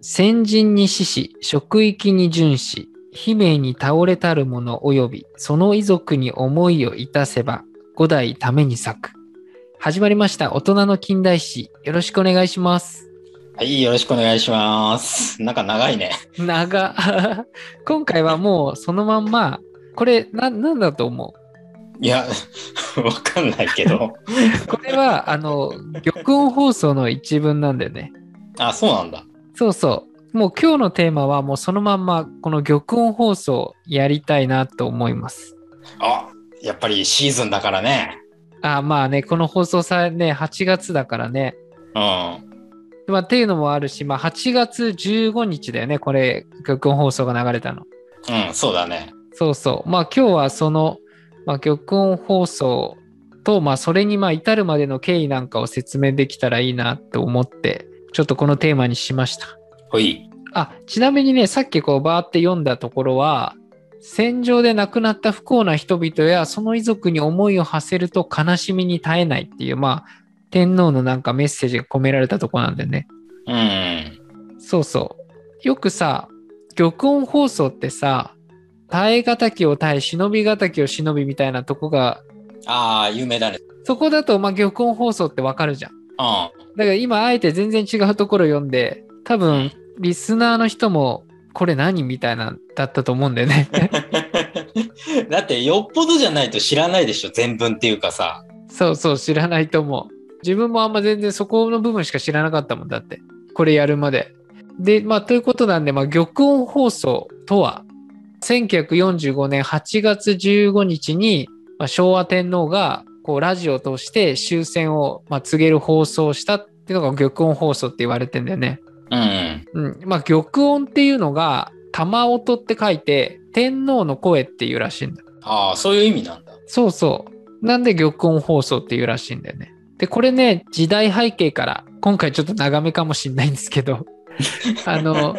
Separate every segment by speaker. Speaker 1: 先人に死し、職域に殉し、悲鳴に倒れたる者及び、その遺族に思いをいたせば、五代ために咲く。始まりました。大人の近代史。よろしくお願いします。
Speaker 2: はい、よろしくお願いします。なんか長いね。
Speaker 1: 長。 今回はもうそのまんま、これ、な、なんだと思
Speaker 2: いや、わかんないけど。
Speaker 1: うこれは、あの、玉音放送の一文なんだよね。
Speaker 2: あ、そうなんだ。
Speaker 1: そうそう。もう今日のテーマはもうそのまんま、この玉音放送やりたいなと思います。
Speaker 2: あ、やっぱりシーズンだからね。
Speaker 1: あまあね、この放送さね、8月だからね。
Speaker 2: うん。
Speaker 1: まあ、っていうのもあるし、まあ、8月15日だよね、これ、玉音放送が流れたの。
Speaker 2: うん、そうだね。
Speaker 1: そうそう。まあ、今日はその、まあ、玉音放送と、まあ、それにまあ至るまでの経緯なんかを説明できたらいいなと思って、ちょっとこのテーマにしました。
Speaker 2: ほい。
Speaker 1: あ、ちなみにね、さっきこう、バーって読んだところは、戦場で亡くなった不幸な人々やその遺族に思いを馳せると悲しみに耐えないっていう、まあ、天皇のなんかメッセージが込められたとこなんだよね。
Speaker 2: うん。
Speaker 1: そうそう。よくさ、玉音放送ってさ、耐え敵を耐え、忍び敵を忍びみたいなとこが、
Speaker 2: ああ、有名だね。
Speaker 1: そこだと、まあ、玉音放送ってわかるじゃん。
Speaker 2: う
Speaker 1: だから今、あえて全然違うところ読んで、多分、リスナーの人も、これ何みたいな、だったと思うんだよね。
Speaker 2: ん。だって、よっぽどじゃないと知らないでしょ。全文っていうかさ。
Speaker 1: そうそう、知らないと思う。自分もあんま全然そこの部分しか知らなかったもんだって。これやるまで。で、まあ、ということなんで、まあ、玉音放送とは、1945年8月15日に、まあ、昭和天皇が、こう、ラジオを通して終戦を、まあ、告げる放送をしたっていうのが玉音放送って言われてんだよね。
Speaker 2: うん。
Speaker 1: うん。まあ、玉音っていうのが、玉音って書いて、天皇の声っていうらしいんだ。
Speaker 2: ああ、そういう意味なんだ。
Speaker 1: そうそう。なんで玉音放送っていうらしいんだよね。で、これね、時代背景から、今回ちょっと長めかもしんないんですけど、あの、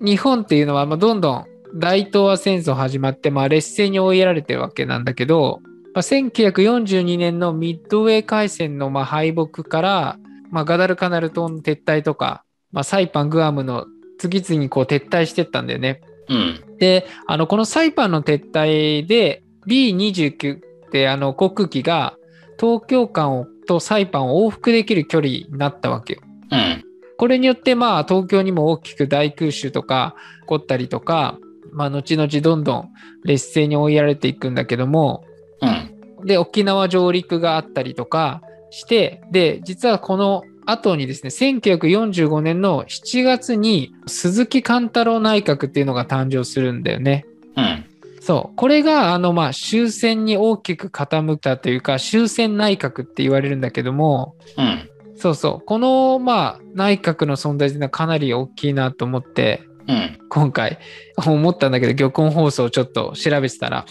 Speaker 1: 日本っていうのは、まあ、どんどん大東亜戦争始まって、まあ、劣勢に追いやられてるわけなんだけど、まあ、1942年のミッドウェー海戦のまあ敗北から、まあ、ガダルカナル島の撤退とか、まあ、サイパン、グアムの次々にこう撤退してったんだよね。
Speaker 2: うん。
Speaker 1: で、あの、このサイパンの撤退で B29 ってあの航空機が東京間をとサイパンを往復できる距離になったわけよ。
Speaker 2: うん。
Speaker 1: これによってまあ東京にも大きく大空襲とか起こったりとか、まあ後々どんどん劣勢に追いやられていくんだけども、
Speaker 2: うん。
Speaker 1: で、沖縄上陸があったりとかして、で、実はこの後にですね、1945年の7月に鈴木貫太郎内閣っていうのが誕生するんだよね。
Speaker 2: うん。
Speaker 1: そう。これが、あの、まあ、終戦に大きく傾いたというか、終戦内閣って言われるんだけども、
Speaker 2: うん。
Speaker 1: そうそう。この、まあ、内閣の存在というのはかなり大きいなと思って、
Speaker 2: うん。
Speaker 1: 今回、思ったんだけど、玉音放送をちょっと調べてたら。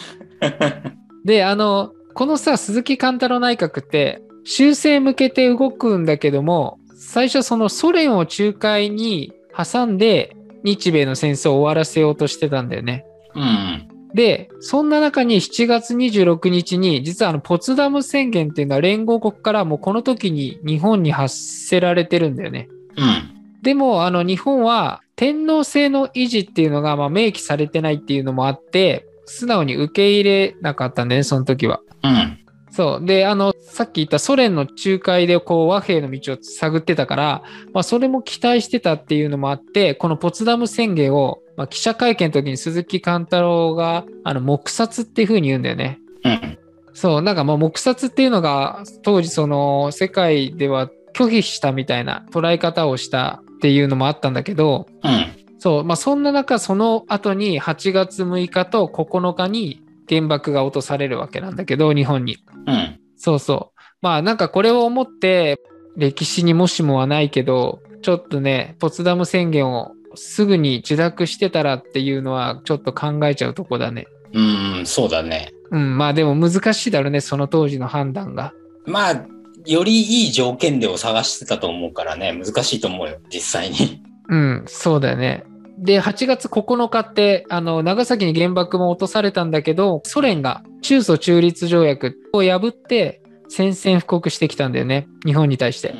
Speaker 1: で、あの、このさ、鈴木貫太郎内閣って、修正向けて動くんだけども、最初そのソ連を仲介に挟んで、日米の戦争を終わらせようとしてたんだよね。
Speaker 2: うん。
Speaker 1: で、そんな中に7月26日に、実はあのポツダム宣言っていうのは連合国からもうこの時に日本に発せられてるんだよね。
Speaker 2: うん。
Speaker 1: でも、あの日本は天皇制の維持っていうのがまあ明記されてないっていうのもあって、素直に受け入れなかったんだよね、その時は。
Speaker 2: うん。
Speaker 1: そう。で、あの、さっき言ったソ連の仲介でこう和平の道を探ってたから、まあそれも期待してたっていうのもあって、このポツダム宣言を、まあ、記者会見の時に鈴木貫太郎が、あの、黙殺っていう風に言うんだよね。
Speaker 2: うん。
Speaker 1: そう、なんかまあ黙殺っていうのが当時その世界では拒否したみたいな捉え方をしたっていうのもあったんだけど、
Speaker 2: うん。
Speaker 1: そう、まあ、そんな中、その後に8月6日と9日に原爆が落とされるわけなんだけど、日本に。
Speaker 2: うん。
Speaker 1: そうそう。まあなんかこれを思って歴史にもしもはないけど、ちょっとね、ポツダム宣言をすぐに受諾してたらっていうのはちょっと考えちゃうとこだね。
Speaker 2: うん。そうだね。
Speaker 1: うん、まあでも難しいだろうね、その当時の判断が。
Speaker 2: まあ、よりいい条件でを探してたと思うからね、難しいと思うよ、実際に。
Speaker 1: うん、そうだよね。で、8月9日って、あの、長崎に原爆も落とされたんだけど、ソ連が中ソ中立条約を破って宣戦布告してきたんだよね、日本に対して。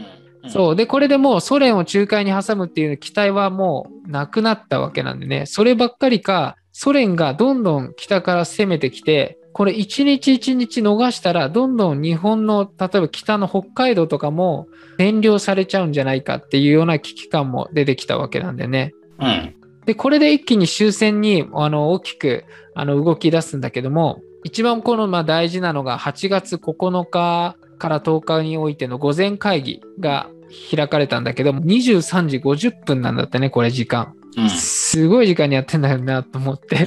Speaker 2: うん
Speaker 1: そう。で、これでもうソ連を仲介に挟むっていう期待はもうなくなったわけなんでね、そればっかりか、ソ連がどんどん北から攻めてきて、これ一日一日逃したら、どんどん日本の、例えば北の北海道とかも占領されちゃうんじゃないかっていうような危機感も出てきたわけなんでね。
Speaker 2: うん。
Speaker 1: で、これで一気に終戦にあの大きくあの動き出すんだけども、一番このまあ大事なのが8月9日から10日においての午前会議が開かれたんだけども、23時50分なんだってね、これ時間。
Speaker 2: うん。
Speaker 1: すごい時間にやってんだよなと思って。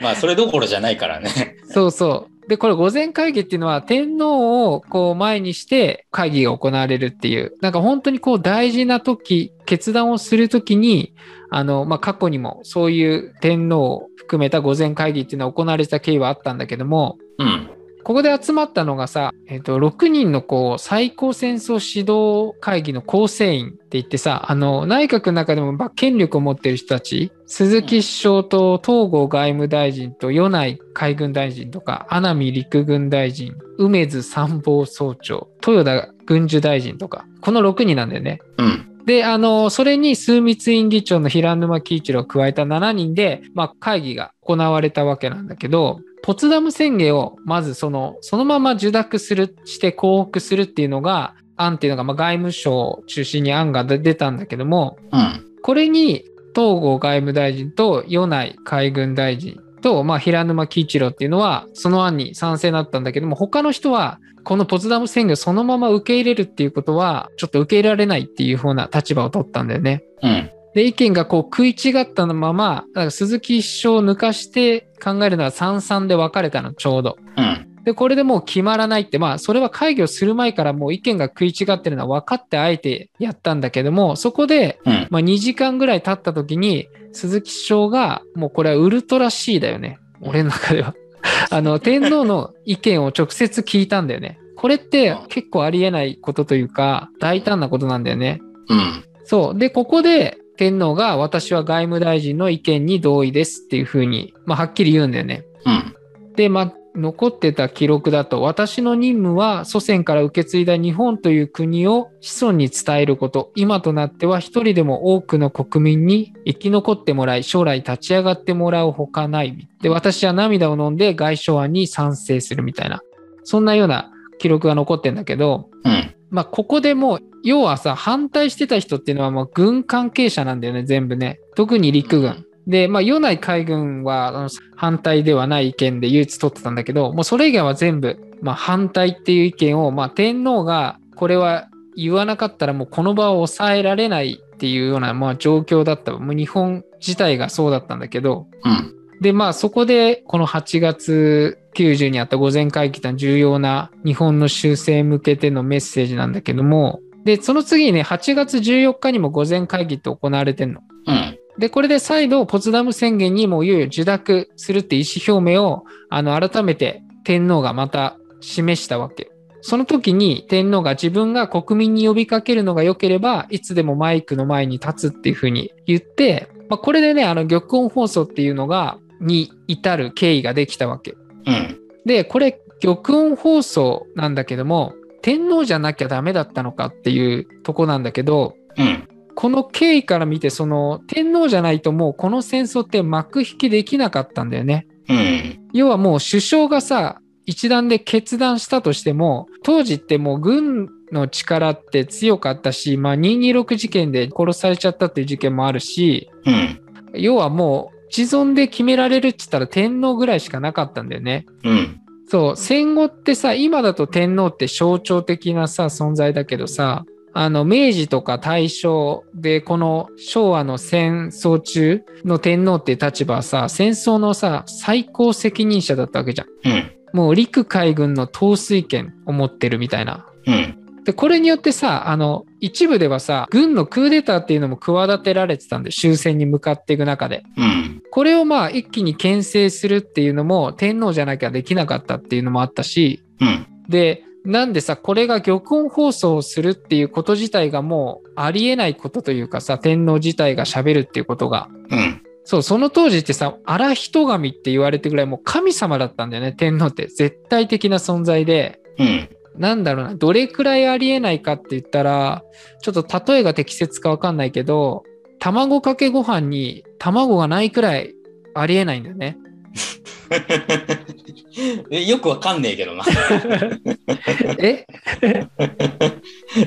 Speaker 2: まあ、それどころじゃないからね。
Speaker 1: そうそう。で、これ午前会議っていうのは天皇をこう前にして会議が行われるっていう、なんか本当にこう大事な時、決断をする時に、あの、まあ、過去にもそういう天皇を含めた午前会議っていうのは行われた経緯はあったんだけども、
Speaker 2: うん。
Speaker 1: ここで集まったのがさ、えっ、と、6人のこう、最高戦争指導会議の構成員って言ってさ、あの、内閣の中でもまあ権力を持ってる人たち、鈴木首相と東郷外務大臣と米内海軍大臣とか、穴見陸軍大臣、梅津参謀総長、豊田軍需大臣とか、この6人なんだよね。
Speaker 2: うん。
Speaker 1: で、あの、それに枢密院議長の平沼喜一郎を加えた7人で、まあ、会議が行われたわけなんだけど、ポツダム宣言をまずその、そのまま受諾する、して降伏するっていうのが、案っていうのが、まあ、外務省を中心に案が出出たんだけども、
Speaker 2: うん。
Speaker 1: これに東郷外務大臣と米内海軍大臣と、まあ、平沼喜一郎っていうのはその案に賛成だったんだけども他の人はこのポツダム宣言をそのまま受け入れるっていうことはちょっと受け入れられないっていうふうな立場を取ったんだよね。
Speaker 2: うん。
Speaker 1: で意見がこう食い違ったままだから鈴木首相を抜かして考えるのは三々で分かれたのちょうど。
Speaker 2: うん。
Speaker 1: で、これでもう決まらないって、まあ、それは会議をする前からもう意見が食い違ってるのは分かってあえてやったんだけども、そこで、
Speaker 2: うん
Speaker 1: まあ、2時間ぐらい経った時に、鈴木首相が、もうこれはウルトラ C だよね。俺の中では。あの、天皇の意見を直接聞いたんだよね。これって結構ありえないことというか、大胆なことなんだよね。
Speaker 2: うん。
Speaker 1: そう。で、ここで、天皇が私は外務大臣の意見に同意ですっていうふうに、まあ、はっきり言うんだよね。
Speaker 2: うん。
Speaker 1: で、まあ、残ってた記録だと、私の任務は祖先から受け継いだ日本という国を子孫に伝えること、今となっては一人でも多くの国民に生き残ってもらい、将来立ち上がってもらうほかない。で、私は涙を飲んで外相案に賛成するみたいな、そんなような記録が残ってんだけど、
Speaker 2: うん。
Speaker 1: まあ、ここでもう、要はさ、反対してた人っていうのはもう軍関係者なんだよね、全部ね。特に陸軍。で、まあ、与内海軍はあの反対ではない意見で唯一取ってたんだけど、もうそれ以外は全部、まあ、反対っていう意見を、まあ、天皇がこれは言わなかったらもうこの場を抑えられないっていうような、まあ、状況だった。もう日本自体がそうだったんだけど、
Speaker 2: うん。
Speaker 1: で、まあそこでこの8月90にあった午前会議というのは重要な日本の修正へ向けてのメッセージなんだけども、で、その次にね、8月14日にも午前会議って行われてんの。
Speaker 2: うん。
Speaker 1: で、これで再度ポツダム宣言にもういよいよ受諾するって意思表明を、あの、改めて天皇がまた示したわけ。その時に天皇が自分が国民に呼びかけるのが良ければ、いつでもマイクの前に立つっていうふうに言って、まあ、これでね、あの、玉音放送っていうのが、に至る経緯ができたわけ。
Speaker 2: うん。
Speaker 1: で、これ、玉音放送なんだけども、天皇じゃなきゃダメだったのかっていうとこなんだけど、
Speaker 2: うん。
Speaker 1: この経緯から見て、その天皇じゃないともうこの戦争って幕引きできなかったんだよね。
Speaker 2: うん。
Speaker 1: 要はもう首相がさ、一段で決断したとしても、当時ってもう軍の力って強かったし、まあ226事件で殺されちゃったっていう事件もあるし、
Speaker 2: うん。
Speaker 1: 要はもう既存で決められるって言ったら天皇ぐらいしかなかったんだよね。
Speaker 2: うん。
Speaker 1: そう、戦後ってさ、今だと天皇って象徴的なさ、存在だけどさ、あの、明治とか大正で、この昭和の戦争中の天皇っていう立場はさ、戦争のさ、最高責任者だったわけじゃん。
Speaker 2: うん。
Speaker 1: もう陸海軍の統帥権を持ってるみたいな。
Speaker 2: うん。
Speaker 1: で、これによってさ、あの、一部ではさ、軍のクーデターっていうのも企てられてたんで、終戦に向かっていく中で。
Speaker 2: うん。
Speaker 1: これをまあ一気に牽制するっていうのも天皇じゃなきゃできなかったっていうのもあったし、
Speaker 2: うん。
Speaker 1: で、なんでさ、これが玉音放送をするっていうこと自体がもうありえないことというかさ、天皇自体が喋るっていうことが。
Speaker 2: うん。
Speaker 1: そう、その当時ってさ、荒人神って言われてぐらいもう神様だったんだよね、天皇って。絶対的な存在で。
Speaker 2: うん。
Speaker 1: なんだろうな、どれくらいありえないかって言ったら、ちょっと例えが適切かわかんないけど、卵かけご飯に卵がないくらいありえないんだよね。
Speaker 2: えよくわかんねえけどな。
Speaker 1: え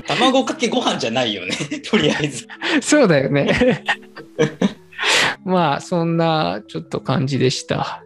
Speaker 2: 卵かけご飯じゃないよね。とりあえず。
Speaker 1: そうだよね。まあ、そんなちょっと感じでした。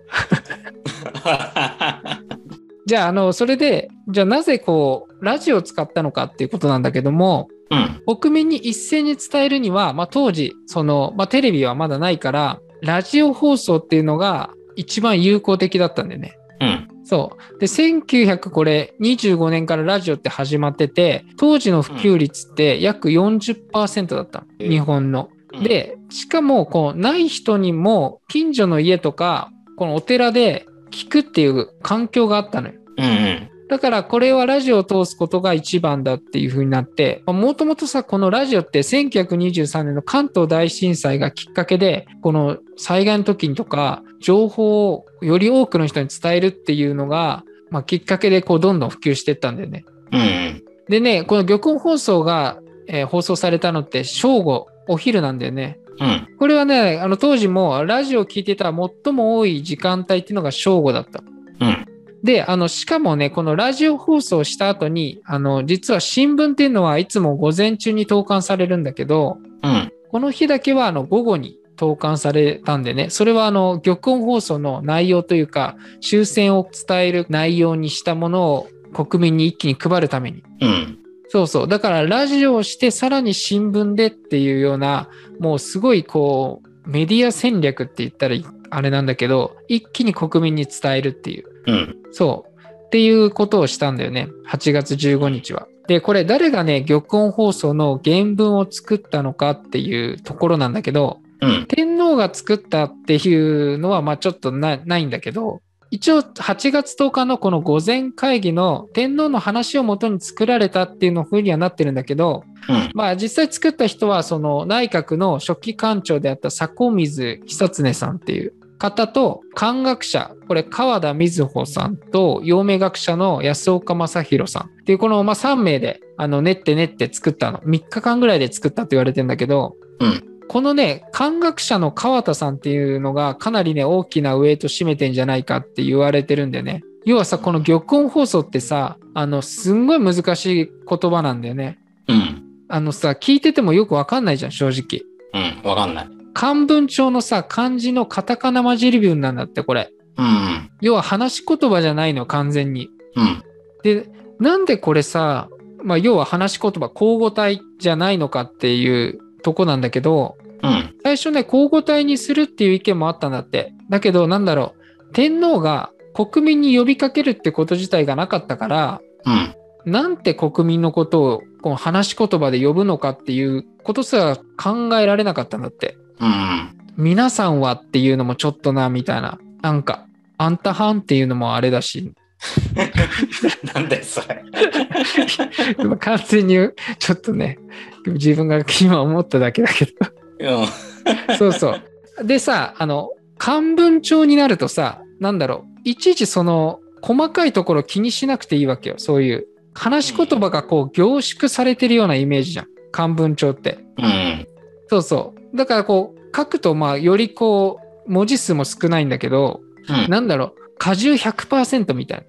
Speaker 1: じゃあ、あの、それで、じゃあなぜこう、ラジオを使ったのかっていうことなんだけども、
Speaker 2: うん。
Speaker 1: 国民に一斉に伝えるには、まあ、当時その、まあ、テレビはまだないからラジオ放送っていうのが一番有効的だったんだよね。
Speaker 2: うん。
Speaker 1: そうで1925年からラジオって始まってて当時の普及率って約40%だった、
Speaker 2: うん
Speaker 1: 日本の。
Speaker 2: うん、
Speaker 1: でしかもこうない人にも近所の家とかこのお寺で聞くっていう環境があったのよ。
Speaker 2: うんうん。
Speaker 1: だからこれはラジオを通すことが一番だっていう風になって、まあもともとさ、このラジオって1923年の関東大震災がきっかけで、この災害の時にとか、情報をより多くの人に伝えるっていうのが、まあ、きっかけでこうどんどん普及していったんだよね。
Speaker 2: うんうん。
Speaker 1: でね、この漁港放送が、えー放送されたのって正午、お昼なんだよね。
Speaker 2: うん。
Speaker 1: これはね、あの当時もラジオを聞いてた最も多い時間帯っていうのが正午だった。
Speaker 2: うん。
Speaker 1: で、あの、しかもね、このラジオ放送した後に、あの、実は新聞っていうのはいつも午前中に投函されるんだけど、
Speaker 2: うん。
Speaker 1: この日だけはあの午後に投函されたんでね、それはあの、玉音放送の内容というか、終戦を伝える内容にしたものを国民に一気に配るために。
Speaker 2: うん。
Speaker 1: そうそう。だからラジオをして、さらに新聞でっていうような、もうすごいこう、メディア戦略って言ったらあれなんだけど、一気に国民に伝えるっていう。
Speaker 2: うん。
Speaker 1: そう。っていうことをしたんだよね。8月15日は。で、これ誰がね、玉音放送の原文を作ったのかっていうところなんだけど、
Speaker 2: うん。
Speaker 1: 天皇が作ったっていうのは、まあちょっとなないんだけど、一応8月10日のこの午前会議の天皇の話をもとに作られたっていうの風にはなってるんだけど、
Speaker 2: うん。
Speaker 1: まあ実際作った人はその内閣の書記官庁であった迫水久常さんっていう方と漢学者これ川田瑞穂さんと陽明学者の安岡正弘さんっていうこのまあ3名であの練って練って作ったの3日間ぐらいで作ったと言われてんだけど、
Speaker 2: うん
Speaker 1: このね漢学者の川田さんっていうのがかなりね大きなウェイト占めてんじゃないかって言われてるんでね要はさこの玉音放送ってさあのすんごい難しい言葉なんだよね。
Speaker 2: うん。
Speaker 1: あのさ、聞いててもよくわかんないじゃん、正直。
Speaker 2: うん。わかんない。
Speaker 1: 漢文帳のさ、漢字のカタカナ混じり文なんだって、これ。
Speaker 2: うん。
Speaker 1: 要は話し言葉じゃないの、完全に。
Speaker 2: うん。
Speaker 1: で、なんでこれさ、まあ、要は話し言葉、交互体じゃないのかっていうとこなんだけど、
Speaker 2: うん。
Speaker 1: 最初ね、交互体にするっていう意見もあったんだって。だけど、なんだろう。天皇が国民に呼びかけるってこと自体がなかったから、
Speaker 2: うん。
Speaker 1: なんて国民のことをこの話し言葉で呼ぶのかっていうことすら考えられなかったんだって。
Speaker 2: うん。
Speaker 1: 皆さんはっていうのもちょっとな、みたいな。なんか、あんたはんっていうのもあれだし、
Speaker 2: なんだよ、それ。
Speaker 1: 完全にちょっとね、自分が今思っただけだけど。
Speaker 2: うん。
Speaker 1: そうそう。でさ、あの、漢文帳になるとさ、なんだろう、いちいちその、細かいところ気にしなくていいわけよ。そういう。話し言葉がこう凝縮されてるようなイメージじゃん。漢文帳って。
Speaker 2: うん。
Speaker 1: そうそう。だからこう、書くと、まあ、よりこう、文字数も少ないんだけど、
Speaker 2: うん。
Speaker 1: なんだろう、果汁100%みたい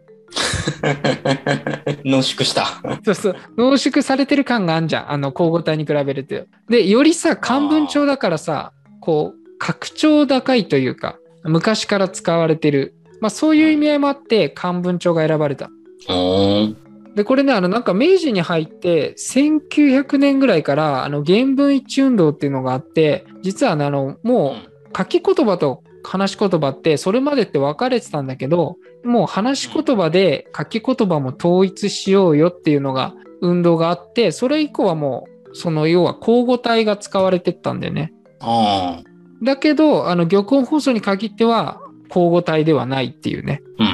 Speaker 2: 濃縮した。
Speaker 1: な。そうそう。濃縮されてる感があんじゃん。あの、交互体に比べると。で、よりさ、漢文帳だからさ、こう、拡張高いというか、昔から使われてる。まあ、そういう意味合いもあって、漢文帳が選ばれた。
Speaker 2: おー
Speaker 1: で、これね、あの、なんか明治に入って、1900年ぐらいから、あの、原文一致運動っていうのがあって、実はね、あの、もう、書き言葉と話し言葉ってそれまでって分かれてたんだけどもう話し言葉で書き言葉も統一しようよっていうのが運動があってそれ以降はもうその要は交互体が使われてったんだよね
Speaker 2: あ
Speaker 1: だけどあの玉音放送に限っては交互体ではないっていうね、
Speaker 2: ー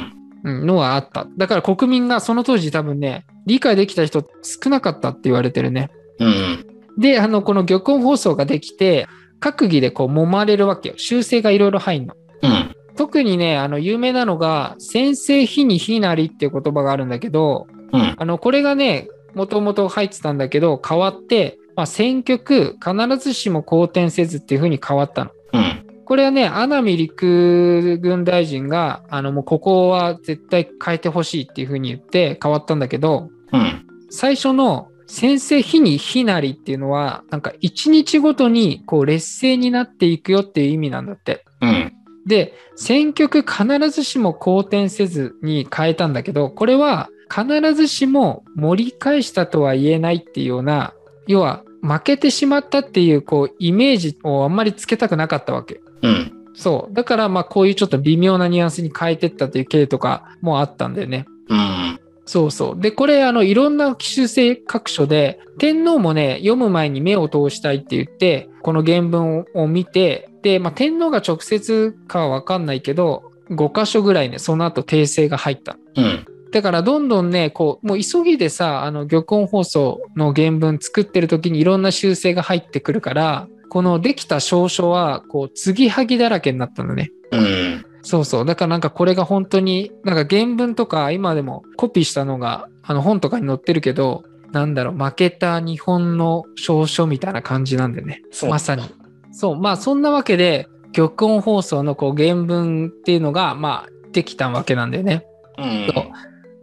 Speaker 2: うん。
Speaker 1: うん、のはあっただから国民がその当時多分ね理解できた人少なかったって言われてるね
Speaker 2: うん。
Speaker 1: であのこの玉音放送ができて閣議でこう揉まれるわけよ修正がいろいろ入んの
Speaker 2: うん。
Speaker 1: 特にね、あの、有名なのが、先制非に非なりっていう言葉があるんだけど、
Speaker 2: うん。
Speaker 1: あのこれがねもともと入ってたんだけど変わって、まあ、選曲必ずしも好転せずっていう風に変わったの。
Speaker 2: うん。
Speaker 1: これはね、穴見陸軍大臣が、あの、もうここは絶対変えてほしいっていう風に言って変わったんだけど、
Speaker 2: うん。
Speaker 1: 最初の先生日に日なりっていうのは、なんか一日ごとにこう劣勢になっていくよっていう意味なんだって。
Speaker 2: うん。
Speaker 1: で、選曲必ずしも好転せずに変えたんだけど、これは必ずしも盛り返したとは言えないっていうような、要は負けてしまったっていうこうイメージをあんまりつけたくなかったわけ。
Speaker 2: うん。
Speaker 1: そう。だから、まあ、こういうちょっと微妙なニュアンスに変えてったという経緯とかもあったんだよね。
Speaker 2: うん。
Speaker 1: そうそう。で、これ、あの、いろんな奇襲性各所で、天皇もね、読む前に目を通したいって言って、この原文を見て、で、まあ、天皇が直接かはわかんないけど、5箇所ぐらいね、その後訂正が入った。
Speaker 2: うん。
Speaker 1: だからどんどんね、こう、もう急ぎでさ、あの、玉音放送の原文作ってる時にいろんな修正が入ってくるから、このできた証書は、こう、継ぎはぎだらけになったのね。
Speaker 2: うん。
Speaker 1: そうそう。だからなんかこれが本当に、なんか原文とか今でもコピーしたのが、あの本とかに載ってるけど、なんだろう、負けた日本の証書みたいな感じなんだよね。
Speaker 2: そう。
Speaker 1: まさに。そう。まあそんなわけで、玉音放送のこう原文っていうのが、まあ、できたわけなんだよね。
Speaker 2: うん。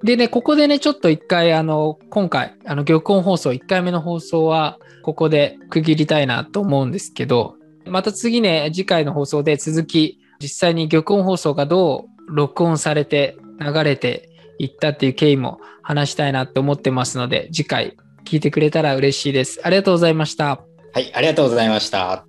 Speaker 1: でね、ここでね、ちょっと一回、あの、今回、あの、玉音放送、1回目の放送は、ここで区切りたいなと思うんですけど、また次ね、次回の放送で続き、実際に玉音放送がどう録音されて、流れていったっていう経緯も話したいなと思ってますので、次回聞いてくれたら嬉しいです。ありがとうございました。
Speaker 2: はい。ありがとうございました。